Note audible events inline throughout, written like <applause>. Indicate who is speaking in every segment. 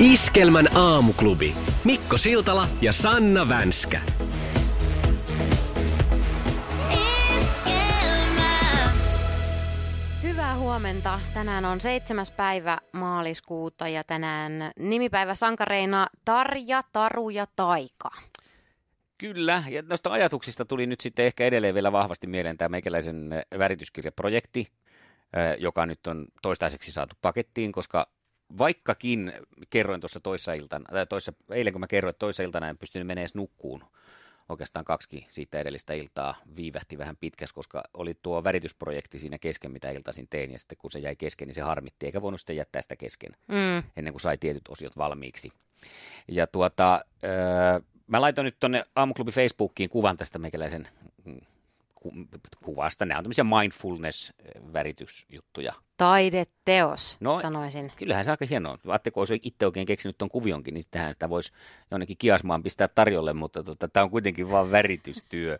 Speaker 1: Iskelmän aamuklubi. Mikko Siltala ja Sanna Vänskä.
Speaker 2: Hyvää huomenta. Tänään on seitsemäs päivä maaliskuuta ja tänään nimipäivä sankareina Tarja, Taru ja Taika.
Speaker 3: Kyllä, ja noista ajatuksista tuli nyt sitten ehkä edelleen vielä vahvasti mieleen tämä meikäläisen äh, värityskirjaprojekti, äh, joka nyt on toistaiseksi saatu pakettiin, koska vaikkakin kerroin tuossa toissa iltana, tai toissa, eilen kun mä kerroin, että toissa iltana en pystynyt menemään edes nukkuun, oikeastaan kaksi siitä edellistä iltaa viivähti vähän pitkäs, koska oli tuo väritysprojekti siinä kesken, mitä iltaisin tein, ja sitten kun se jäi kesken, niin se harmitti, eikä voinut sitten jättää sitä kesken,
Speaker 2: Mm.
Speaker 3: ennen kuin sai tietyt osiot valmiiksi. Ja tuota, öö, mä laitoin nyt tuonne aamuklubi Facebookiin kuvan tästä meikäläisen mm, ku, kuvasta. Nämä on tämmöisiä mindfulness-väritysjuttuja.
Speaker 2: Taideteos,
Speaker 3: No,
Speaker 2: sanoisin.
Speaker 3: Kyllähän se aika hienoa. on. Ajatteleko, olisi itse oikein keksinyt tuon kuvionkin, niin sittenhän sitä voisi jonnekin kiasmaan pistää tarjolle, mutta tota, tämä on kuitenkin vain väritystyö.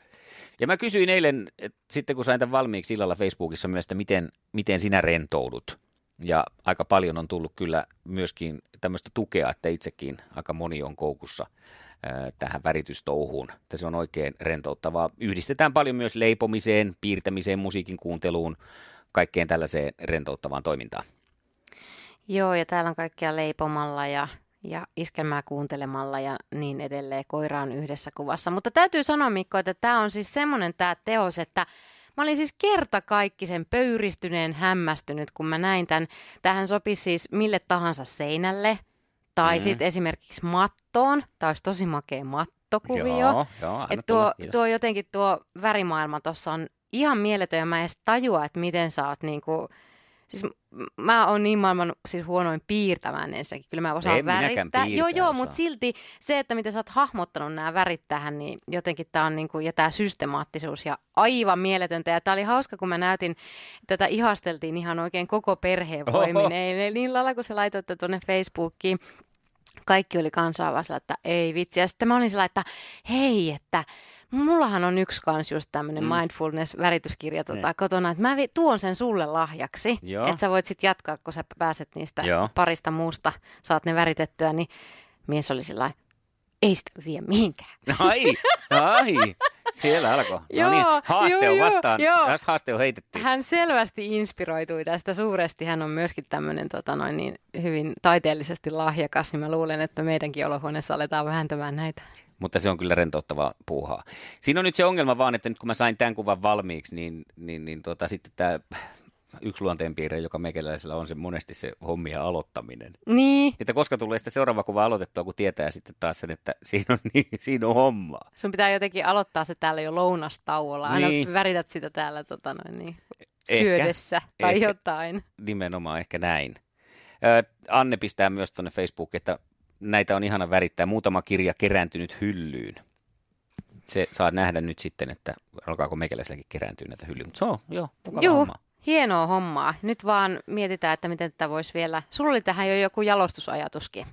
Speaker 3: Ja mä kysyin eilen, et sitten kun sain tämän valmiiksi illalla Facebookissa myös, että miten, miten sinä rentoudut. Ja aika paljon on tullut kyllä myöskin tämmöistä tukea, että itsekin aika moni on koukussa ää, tähän väritystouhuun. Että se on oikein rentouttavaa. Yhdistetään paljon myös leipomiseen, piirtämiseen, musiikin kuunteluun, kaikkeen tällaiseen rentouttavaan toimintaan.
Speaker 2: Joo, ja täällä on kaikkia leipomalla ja, ja iskelmää kuuntelemalla ja niin edelleen. Koira on yhdessä kuvassa. Mutta täytyy sanoa, Mikko, että tämä on siis semmoinen tämä teos, että mä olin siis kertakaikkisen pöyristyneen hämmästynyt, kun mä näin tämän. Tähän sopisi siis mille tahansa seinälle tai mm. sitten esimerkiksi mattoon. Tämä olisi tosi makea mattokuvio.
Speaker 3: Joo, joo, anna
Speaker 2: Et
Speaker 3: tulla,
Speaker 2: tuo,
Speaker 3: kiitos.
Speaker 2: tuo jotenkin tuo värimaailma tuossa on ihan mieletön ja mä en edes tajua, että miten sä oot niinku, siis m- mä oon niin maailman siis huonoin piirtämään ensinnäkin, kyllä mä osaan
Speaker 3: En minäkään
Speaker 2: värittää. Joo,
Speaker 3: piirtää
Speaker 2: joo,
Speaker 3: osaa.
Speaker 2: mutta silti se, että miten sä oot hahmottanut nämä värit tähän, niin jotenkin tää on niinku, ja tää systemaattisuus ja aivan mieletöntä. Ja tää oli hauska, kun mä näytin, tätä ihasteltiin ihan oikein koko perheen
Speaker 3: Oho.
Speaker 2: voimin. Ei, ei niin lailla, kun sä laitoitte tuonne Facebookiin kaikki oli kansainvälistä, että ei vitsi. Ja sitten mä olin sillä, että hei, että mullahan on yksi kans just tämmöinen
Speaker 3: Mm.
Speaker 2: mm. mindfulness-värityskirja tota,
Speaker 3: Niin.
Speaker 2: kotona, että mä vi- tuon sen sulle lahjaksi,
Speaker 3: Joo.
Speaker 2: että sä voit sitten jatkaa, kun sä pääset niistä
Speaker 3: Joo.
Speaker 2: parista muusta, saat ne väritettyä, niin mies oli sillä lailla, ei sitä vie mihinkään.
Speaker 3: Ai, ai. Siellä alkoi. No
Speaker 2: Joo,
Speaker 3: niin, haaste
Speaker 2: joo,
Speaker 3: on
Speaker 2: joo,
Speaker 3: vastaan.
Speaker 2: joo.
Speaker 3: Tässä haaste on heitetty.
Speaker 2: Hän selvästi inspiroitui tästä suuresti. Hän on myöskin tämmöinen tota noin, niin hyvin taiteellisesti lahjakas, niin mä luulen, että meidänkin olohuoneessa aletaan vääntämään näitä.
Speaker 3: Mutta se on kyllä rentouttavaa puuhaa. Siinä on nyt se ongelma vaan, että nyt kun mä sain tämän kuvan valmiiksi, niin, niin, niin tota, sitten tämä yksi luonteenpiirre, joka meikäläisellä on se monesti se hommia aloittaminen.
Speaker 2: Niin,
Speaker 3: Että koska tulee sitä seuraava kuva aloitettua, kun tietää sitten taas sen, että siinä on, niin, siinä on hommaa.
Speaker 2: Sun pitää jotenkin aloittaa se täällä jo lounastauolla. Aina
Speaker 3: Niin.
Speaker 2: niin. värität sitä täällä tota noin, niin,
Speaker 3: Ehkä.
Speaker 2: syödessä tai
Speaker 3: Ehkä.
Speaker 2: jotain.
Speaker 3: Nimenomaan ehkä näin. Ö, Anne pistää myös tuonne Facebookiin, että näitä on ihana värittää. Muutama kirja kerääntynyt hyllyyn. Se saa nähdä nyt sitten, että alkaako meikäläiselläkin kerääntyä näitä hyllyjä. Mutta se on, joo, mukava
Speaker 2: Juu,
Speaker 3: homma.
Speaker 2: hienoa hommaa. Nyt vaan mietitään, että miten tätä voisi vielä... Sulla oli tähän jo joku jalostusajatuskin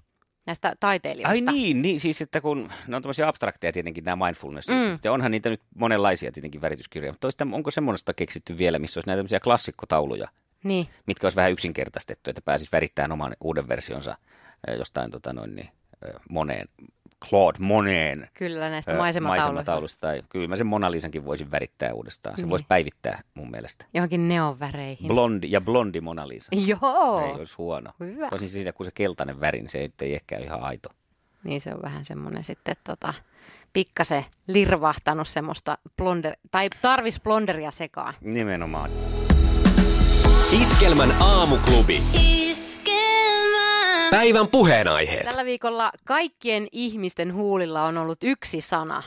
Speaker 2: näistä taiteilijoista.
Speaker 3: Ai niin, niin, siis että kun ne on tämmöisiä abstrakteja tietenkin nämä mindfulness mm.
Speaker 2: Mm.
Speaker 3: ja onhan niitä nyt monenlaisia tietenkin värityskirjoja, mutta toista, onko semmoista keksitty vielä, missä olisi näitä tämmöisiä klassikkotauluja,
Speaker 2: niin.
Speaker 3: mitkä olisi vähän yksinkertaistettu, että pääsisi värittämään oman uuden versionsa äh, jostain tota noin, niin, äh, moneen Claude Moneen
Speaker 2: Kyllä näistä
Speaker 3: ö,
Speaker 2: maisematauluista.
Speaker 3: maisemataulusta. Tai, kyllä mä sen Mona Lisankin voisin värittää uudestaan. Se
Speaker 2: Niin.
Speaker 3: voisi päivittää mun mielestä.
Speaker 2: Johonkin neonväreihin.
Speaker 3: Blondi ja blondi Mona Lisa. Ei
Speaker 2: Joo.
Speaker 3: olisi huono.
Speaker 2: Hyvä.
Speaker 3: Tosin siinä, kun se keltainen väri, niin se ei, ei ehkä ole ihan aito.
Speaker 2: Niin se on vähän semmoinen sitten tota, pikkasen lirvahtanut semmoista blonder, tai tarvis blonderia sekaan.
Speaker 3: Nimenomaan.
Speaker 1: Iskelmän aamuklubi.
Speaker 4: Iskelmä.
Speaker 1: Päivän puheenaiheet.
Speaker 2: Tällä viikolla kaikkien ihmisten huulilla on ollut yksi sana.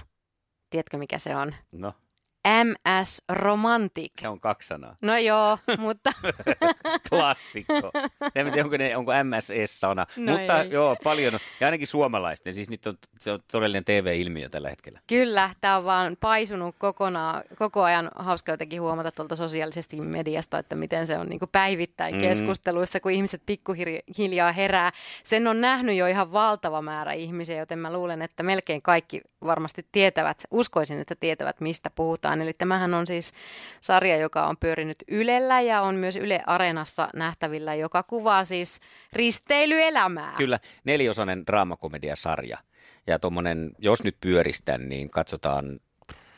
Speaker 2: Tiedätkö mikä se on?
Speaker 3: No,
Speaker 2: MS Romantic.
Speaker 3: se on kaksi sanaa.
Speaker 2: No joo, <laughs> mutta
Speaker 3: <laughs> Klassikko. En tiedä, onko, ne, onko MSS-sana.
Speaker 2: No
Speaker 3: Mutta
Speaker 2: ei.
Speaker 3: joo, paljon. on. Ja ainakin suomalaisten. Siis nyt on, se on todellinen TV-ilmiö tällä hetkellä.
Speaker 2: Kyllä, tämä on vaan paisunut kokonaan, koko ajan hauska jotenkin huomata tuolta sosiaalisesta mediasta, että miten se on niin päivittäin
Speaker 3: Mm.
Speaker 2: mm. keskusteluissa, kun ihmiset pikkuhiljaa herää. Sen on nähnyt jo ihan valtava määrä ihmisiä, joten mä luulen, että melkein kaikki varmasti tietävät, uskoisin, että tietävät, mistä puhutaan. Eli tämähän on siis sarja, joka on pyörinyt Ylellä ja on myös Yle Areenassa nähtävillä, joka kuvaa siis risteilyelämää.
Speaker 3: Kyllä, neliosainen draamakomediasarja. Ja tuommoinen, jos nyt pyöristän, niin katsotaan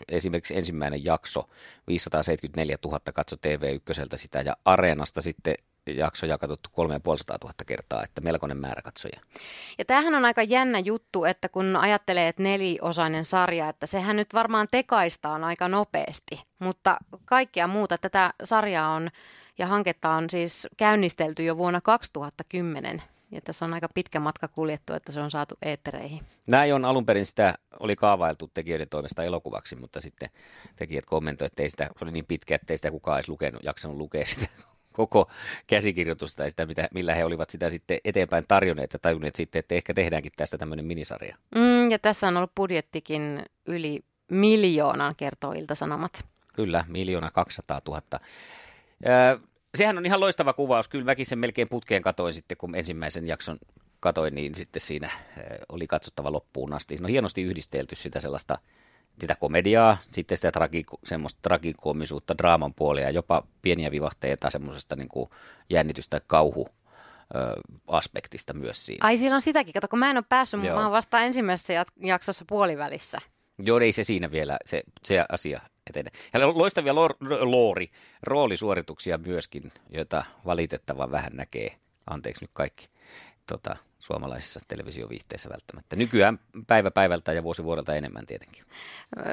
Speaker 3: esimerkiksi ensimmäinen jakso, 574 000 katso TV1 sitä ja Areenasta sitten jaksoja katsottu 3500 000 kertaa, että melkoinen määrä katsoja.
Speaker 2: Ja tämähän on aika jännä juttu, että kun ajattelee, että neliosainen sarja, että sehän nyt varmaan tekaistaan aika nopeasti. Mutta kaikkea muuta tätä sarjaa on ja hanketta on siis käynnistelty jo vuonna 2010. Ja tässä on aika pitkä matka kuljettu, että se on saatu eettereihin.
Speaker 3: Näin on alun perin sitä oli kaavailtu tekijöiden toimesta elokuvaksi, mutta sitten tekijät kommentoivat, että ei sitä, se oli niin pitkä, että ei sitä kukaan edes lukenut, jaksanut lukea sitä <laughs> koko käsikirjoitusta ja sitä, mitä, millä he olivat sitä sitten eteenpäin tarjonneet ja tajunneet sitten, että ehkä tehdäänkin tästä tämmöinen minisarja.
Speaker 2: Mm, ja tässä on ollut budjettikin yli miljoonan, kertoo Ilta-Sanomat.
Speaker 3: Kyllä, miljoona 200 000. Ö, sehän on ihan loistava kuvaus. Kyllä mäkin sen melkein putkeen katoin sitten, kun ensimmäisen jakson katoin, niin sitten siinä ö, oli katsottava loppuun asti. No hienosti yhdistelty sitä sellaista sitä komediaa, sitten sitä tragiko, semmoista tragikoomisuutta, draaman puolia ja jopa pieniä vivahteita semmoisesta niin kuin jännitys- tai kauhu ö, aspektista myös siinä.
Speaker 2: Ai siellä on sitäkin, kato kun mä en ole päässyt,
Speaker 3: Joo.
Speaker 2: Joo. mä oon vasta ensimmäisessä jat- jaksossa puolivälissä.
Speaker 3: Joo, ei se siinä vielä, se, se asia etenee. Hänellä on loistavia loor, loori, roolisuorituksia myöskin, joita valitettavan vähän näkee, anteeksi nyt kaikki, tota, suomalaisissa televisioviihteissä välttämättä. Nykyään päivä päivältä ja vuosi vuodelta enemmän tietenkin.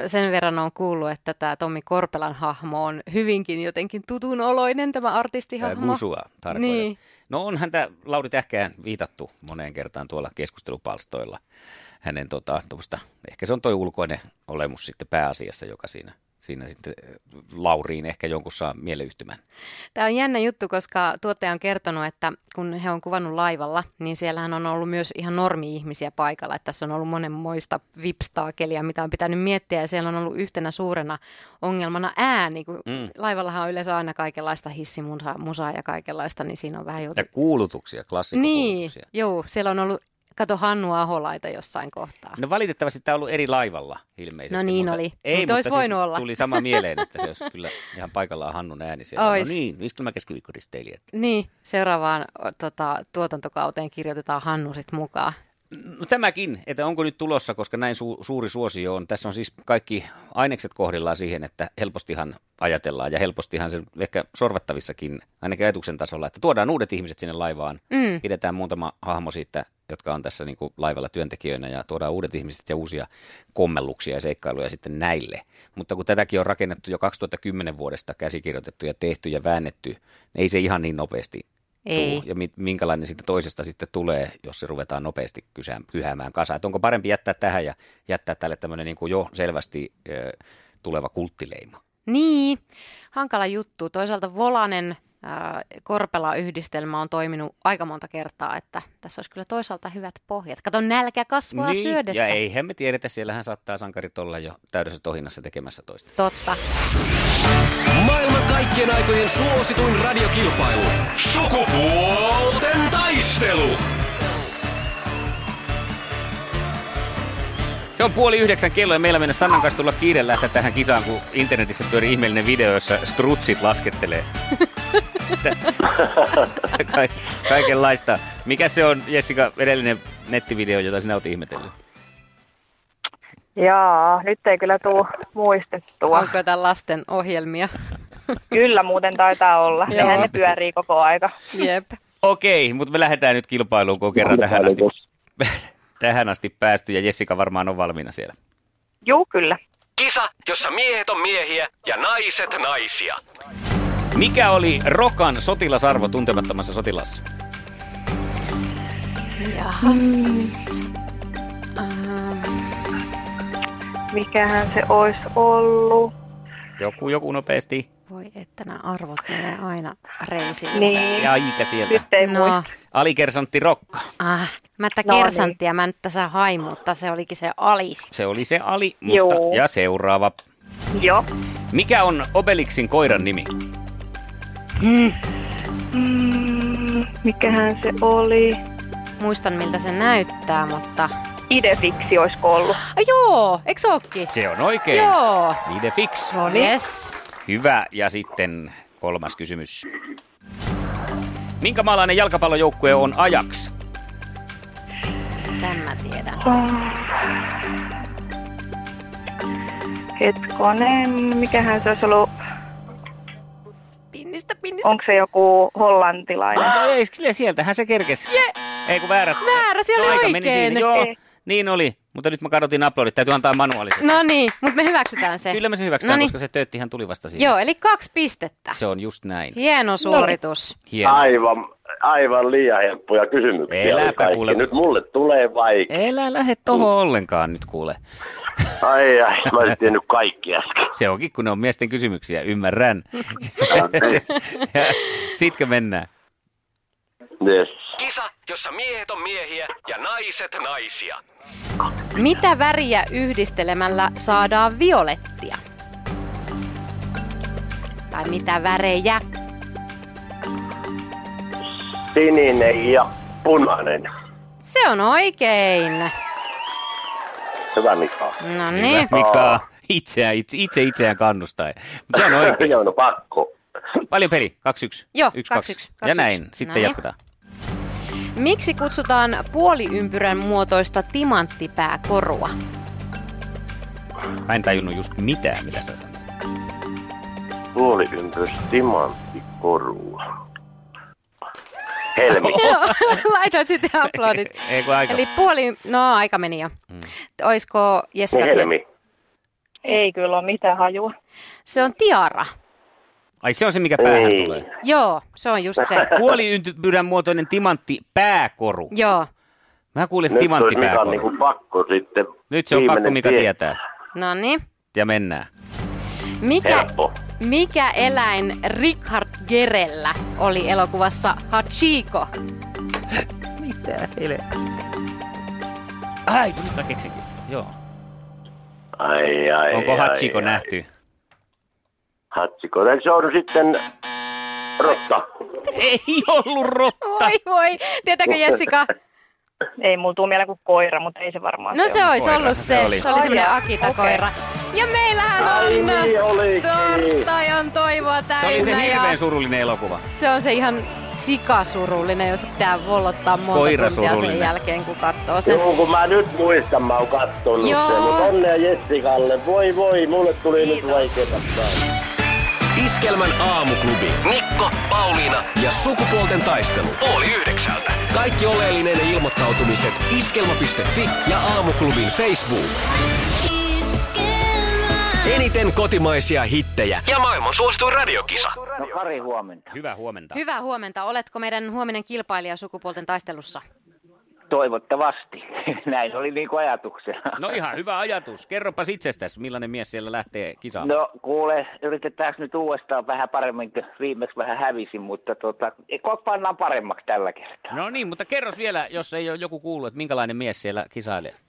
Speaker 2: sen verran on kuullut, että tämä Tommi Korpelan hahmo on hyvinkin jotenkin tutun oloinen, tämä
Speaker 3: Ää,
Speaker 2: artistihahmo.
Speaker 3: Gusua tarkoitan. Niin.
Speaker 2: Niin.
Speaker 3: No onhan tämä Lauri Tähkään viitattu moneen kertaan tuolla keskustelupalstoilla. Hänen tota, tuommoista, ehkä se on toi ulkoinen olemus sitten pääasiassa, joka siinä, siinä sitten äh, Lauriin ehkä jonkun saa mieleyhtymän.
Speaker 2: Tämä on jännä juttu, koska tuottaja on kertonut, että kun he on kuvannut laivalla, niin siellähän on ollut myös ihan normi-ihmisiä paikalla. Että tässä on ollut monenmoista vipstaakelia, mitä on pitänyt miettiä, ja siellä on ollut yhtenä suurena ongelmana ääni. Kun
Speaker 3: Mm.
Speaker 2: mm. Laivallahan on yleensä aina kaikenlaista hissimusaa musaa ja kaikenlaista, niin siinä on vähän joutu...
Speaker 3: Ja kuulutuksia,
Speaker 2: Niin,
Speaker 3: klassikkokuulutuksia.
Speaker 2: joo, siellä on ollut, kato Hannu Aholaita jossain kohtaa.
Speaker 3: No valitettavasti tämä on ollut eri laivalla ilmeisesti.
Speaker 2: No niin
Speaker 3: mutta,
Speaker 2: oli.
Speaker 3: Ei,
Speaker 2: Mutta olisi
Speaker 3: siis
Speaker 2: voinut olla.
Speaker 3: tuli sama mieleen, että se olisi kyllä ihan paikallaan Hannun ääni siellä.
Speaker 2: <laughs> Ois.
Speaker 3: No niin, iskelmä keskiviikkoristeilijät.
Speaker 2: Niin, seuraavaan o, tota, tuotantokauteen kirjoitetaan Hannu sit mukaan.
Speaker 3: No tämäkin, että onko nyt tulossa, koska näin su- suuri suosio on. Tässä on siis kaikki ainekset kohdillaan siihen, että helpostihan ajatellaan ja helpostihan se ehkä sorvattavissakin, ainakin ajatuksen tasolla, että tuodaan uudet ihmiset sinne laivaan.
Speaker 2: Mm.
Speaker 3: Pidetään muutama hahmo siitä, jotka on tässä niin kuin laivalla työntekijöinä ja tuodaan uudet ihmiset ja uusia kommelluksia ja seikkailuja sitten näille. Mutta kun tätäkin on rakennettu jo 2010 vuodesta käsikirjoitettu ja tehty ja väännetty, niin ei se ihan niin nopeasti
Speaker 2: Ei.
Speaker 3: tuu, ja mi- minkälainen siitä toisesta sitten tulee, jos se ruvetaan nopeasti kysään, kyhäämään kasaan. Että onko parempi jättää tähän ja jättää tälle tämmöinen niin kuin jo selvästi ö, tuleva kulttileima.
Speaker 2: Niin, hankala juttu. Toisaalta Volanen ää, Korpela-yhdistelmä on toiminut aika monta kertaa, että tässä olisi kyllä toisaalta hyvät pohjat. Kato, nälkä kasvaa
Speaker 4: Niin,
Speaker 2: syödessä.
Speaker 3: Niin, ja eihän me tiedetä, siellähän saattaa sankarit olla jo täydessä tohinnassa tekemässä toista.
Speaker 2: Totta.
Speaker 1: Maailman kaikkien aikojen suosituin radiokilpailu. Sukupuolten taistelu.
Speaker 3: Se on puoli yhdeksän kello ja meillä mennä Sannan kanssa tulla kiire lähteä tähän kisaan, kun internetissä pyörii ihmeellinen video, jossa strutsit <laughs> laskettelee. Että- Ka- kaikenlaista. Mikä se on, Jessica, edellinen nettivideo, jota sinä olet ihmetellyt?
Speaker 4: Jaa, nyt ei kyllä tuu muistettua.
Speaker 2: Onko jotain lasten
Speaker 4: <laughs>
Speaker 2: ohjelmia?
Speaker 4: Kyllä muuten taitaa olla.
Speaker 2: Joo.
Speaker 4: Nehän ne pyörii koko aika.
Speaker 2: Jep.
Speaker 3: Okei, mutta me lähdetään nyt kilpailuun, kun on kerran tähän asti, <laughs> tähän asti päästy ja Jessica varmaan on valmiina siellä.
Speaker 4: Juu, kyllä.
Speaker 1: Kisa, jossa miehet on miehiä ja naiset naisia.
Speaker 3: Mikä oli Rokan sotilasarvo tuntemattomassa sotilassa?
Speaker 2: Jahas. Ähm,
Speaker 4: Mikähän se olisi ollut?
Speaker 3: Joku, joku nopeasti.
Speaker 2: voi että nämä arvot menee aina reisille.
Speaker 4: Niin,
Speaker 3: Ja aika sieltä.
Speaker 4: nyt ei no.
Speaker 2: No,
Speaker 4: muista.
Speaker 3: Alikersantti Rokka.
Speaker 2: ah, mä tätä
Speaker 4: No niin.
Speaker 2: kersanttia, mä en nyt tässä hain, mutta se olikin se alis.
Speaker 3: Se oli se Ali, mutta
Speaker 4: Juu.
Speaker 3: ja seuraava.
Speaker 4: Joo.
Speaker 3: Mikä on Obelixin koiran nimi?
Speaker 4: Mm, mikähän se oli?
Speaker 2: Muistan miltä se näyttää, mutta...
Speaker 4: Idefiksi olisiko ollut?
Speaker 2: Ah, joo, eikö se ookin?
Speaker 3: Se on oikein.
Speaker 2: Joo.
Speaker 3: Vide fix.
Speaker 2: Yes.
Speaker 3: Hyvä. Ja sitten kolmas kysymys. Minkä maalainen jalkapallojoukkue on Ajax?
Speaker 2: Tämän mä tiedän.
Speaker 4: Hetkonen, mikähän se olisi ollut?
Speaker 2: Pinnistä, pinnistä.
Speaker 4: Onko se joku hollantilainen?
Speaker 3: No ei, kyllä sieltähän se kerkesi. Je. Ei kun väärä.
Speaker 2: Väärä, se
Speaker 3: no,
Speaker 2: oli
Speaker 3: aika meni
Speaker 2: oikein.
Speaker 3: siinä. Joo,
Speaker 4: Ei.
Speaker 3: niin oli. Mutta nyt mä kadotin uploadit. Täytyy antaa manuaalisesti.
Speaker 2: No niin, mutta me hyväksytään se.
Speaker 3: Kyllä me se hyväksytään,
Speaker 2: Noniin.
Speaker 3: koska se tööttihän tuli vasta siinä.
Speaker 2: Joo, eli kaksi pistettä.
Speaker 3: Se No. on just näin.
Speaker 2: Hieno suoritus.
Speaker 3: Hieno.
Speaker 5: Aivan, aivan liian helppoja kysymyksiä. oli
Speaker 3: Elääpä
Speaker 5: kaikki.
Speaker 3: kuule.
Speaker 5: Nyt mulle tulee vaikea.
Speaker 3: Elä lähde tohon ollenkaan nyt kuule. Eh.
Speaker 5: Ai ai, mä olisin tiennyt kaikki
Speaker 3: <laughs>
Speaker 5: äsken.
Speaker 3: Se onkin, kun ne on miesten kysymyksiä, ymmärrän.
Speaker 2: Mm.
Speaker 3: <laughs> Ja Siitkö mennään?
Speaker 5: Yes.
Speaker 1: Kisa, jossa miehet on miehiä ja naiset naisia.
Speaker 2: Mitä väriä yhdistelemällä saadaan violettia? Tai mitä värejä?
Speaker 5: Sininen ja punainen.
Speaker 2: Se on oikein.
Speaker 5: Hyvä Mika.
Speaker 2: No
Speaker 3: Hyvä,
Speaker 2: niin.
Speaker 3: Mika, itseään, itse, itse itseään kannustaa. Mutta se on oikein.
Speaker 5: Joo, no pakko.
Speaker 3: Paljon peli, 2-1.
Speaker 2: Joo,
Speaker 3: 1-2.
Speaker 2: 2-1,
Speaker 3: Ja
Speaker 2: 2-1.
Speaker 3: näin, sitten
Speaker 2: Näin.
Speaker 3: jatketaan.
Speaker 2: Miksi kutsutaan puoliympyrän muotoista timanttipääkorua?
Speaker 3: Mä en tajunnut just mitään, mitä sä sanoit.
Speaker 5: Puoliympyrys timanttikorua. Helmi.
Speaker 2: Joo, <laughs> laitat sitten aplodit.
Speaker 3: Ei kun aika. Mm.
Speaker 2: Eli puoli, no aika meni jo. Oisko Jessica?
Speaker 5: Niin
Speaker 2: tie-
Speaker 5: helmi.
Speaker 4: Ei kyllä ole mitään hajua.
Speaker 2: Se on tiara.
Speaker 3: Ai se on se, mikä päähän
Speaker 5: Ei.
Speaker 3: tulee.
Speaker 2: Joo, se on just
Speaker 5: <laughs>
Speaker 2: se.
Speaker 3: Puoliympyrän muotoinen timantti pääkoru.
Speaker 2: Joo,
Speaker 3: Mä kuulin
Speaker 5: Nyt olisi
Speaker 3: timantti
Speaker 5: Mikan
Speaker 3: pääkoru.
Speaker 5: niinku pakko sitten.
Speaker 3: Nyt se on pakko,
Speaker 5: viimeinen
Speaker 3: mikä
Speaker 5: tie-
Speaker 3: tietää.
Speaker 2: no niin.
Speaker 3: Ja mennään.
Speaker 2: Mikä,
Speaker 5: Helppo.
Speaker 2: mikä eläin Richard Gerellä oli elokuvassa Hachiko?
Speaker 3: Mitä heille? Ai, nyt mä keksinkin. Joo.
Speaker 5: Ai, ai,
Speaker 3: Onko
Speaker 5: ai,
Speaker 3: Hachiko
Speaker 5: ai.
Speaker 3: nähty?
Speaker 5: Hatsiko. Eikö se on sitten rotta?
Speaker 3: Ei ollut rotta.
Speaker 2: Voi voi, tietääkö Jessica?
Speaker 4: Ei mulla tuu mieleen kuin koira, mutta ei se varmaan
Speaker 2: No se
Speaker 3: on
Speaker 2: olisi
Speaker 3: koira,
Speaker 2: ollut
Speaker 3: se
Speaker 2: se,
Speaker 3: oli.
Speaker 2: se oli semmoinen
Speaker 4: Ai,
Speaker 2: akitakoira. Ja meillähän
Speaker 5: Ai
Speaker 2: on
Speaker 5: niin olikin.
Speaker 2: torstai on toivoa
Speaker 3: Se oli se
Speaker 2: täynnä ja
Speaker 3: hirveän surullinen elokuva.
Speaker 2: se on se ihan sikasurullinen, jos pitää vollottaa monta tuntia sen
Speaker 3: Koirasurullinen.
Speaker 2: jälkeen, kun katsoo sen.
Speaker 5: Joo, kun mä nyt muistan, mä oon kattonut
Speaker 2: Joo.
Speaker 5: sen, mutta onnea Jessikalle. Voi voi, mulle tuli nyt vaikeita
Speaker 1: Iskelmän aamuklubi. Mikko, Pauliina ja sukupuolten taistelu. Oli yhdeksältä. Kaikki oleellinen ilmoittautumiset iskelma.fi ja aamuklubin Facebook. Eniten kotimaisia hittejä ja maailman suosituin radiokisa.
Speaker 5: No Kari huomenta.
Speaker 3: Hyvää huomenta.
Speaker 2: Hyvää huomenta. Oletko meidän huominen kilpailija sukupuolten taistelussa?
Speaker 6: <laughs>
Speaker 5: Toivottavasti. Näin oli
Speaker 6: niin
Speaker 5: niinku ajatuksena.
Speaker 3: No ihan hyvä ajatus. Kerropas itsestäsi, millainen mies siellä lähtee kisaan.
Speaker 6: No kuule, yritetäänkö nyt uudestaan vähän paremmin, kun viimeksi vähän hävisin, mutta tota, koet pannaan paremmaksi tällä kertaa.
Speaker 3: No niin, mutta kerros vielä, jos ei ole joku kuullut, että minkälainen mies siellä kisailee. <laughs>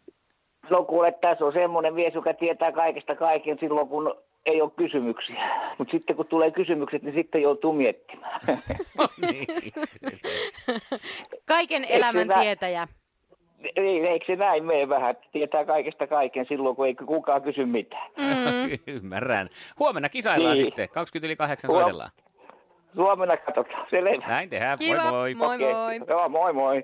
Speaker 6: No kuule, tässä on semmoinen mies, joka tietää kaikesta kaiken silloin, kun ei ole kysymyksiä. Mutta sitten kun tulee kysymykset, niin sitten joutuu miettimään. <laughs>
Speaker 3: No niin.
Speaker 2: Kaiken elämän
Speaker 6: hyvä.
Speaker 2: tietäjä.
Speaker 6: Ei, eikö se näin mene vähän, että tietää kaikesta kaiken silloin, kun ei kukaan kysy mitään.
Speaker 2: Mm.
Speaker 3: Ymmärrän. Huomenna kisaillaan
Speaker 6: Niin.
Speaker 3: sitten. 20 yli 8
Speaker 6: Huom-
Speaker 3: soitellaan.
Speaker 6: Suomena katsotaan, selvä.
Speaker 3: Näin tehdään. Moi
Speaker 2: Kiva.
Speaker 3: moi.
Speaker 2: Moi
Speaker 6: Okei.
Speaker 2: moi.
Speaker 6: Joo, moi moi.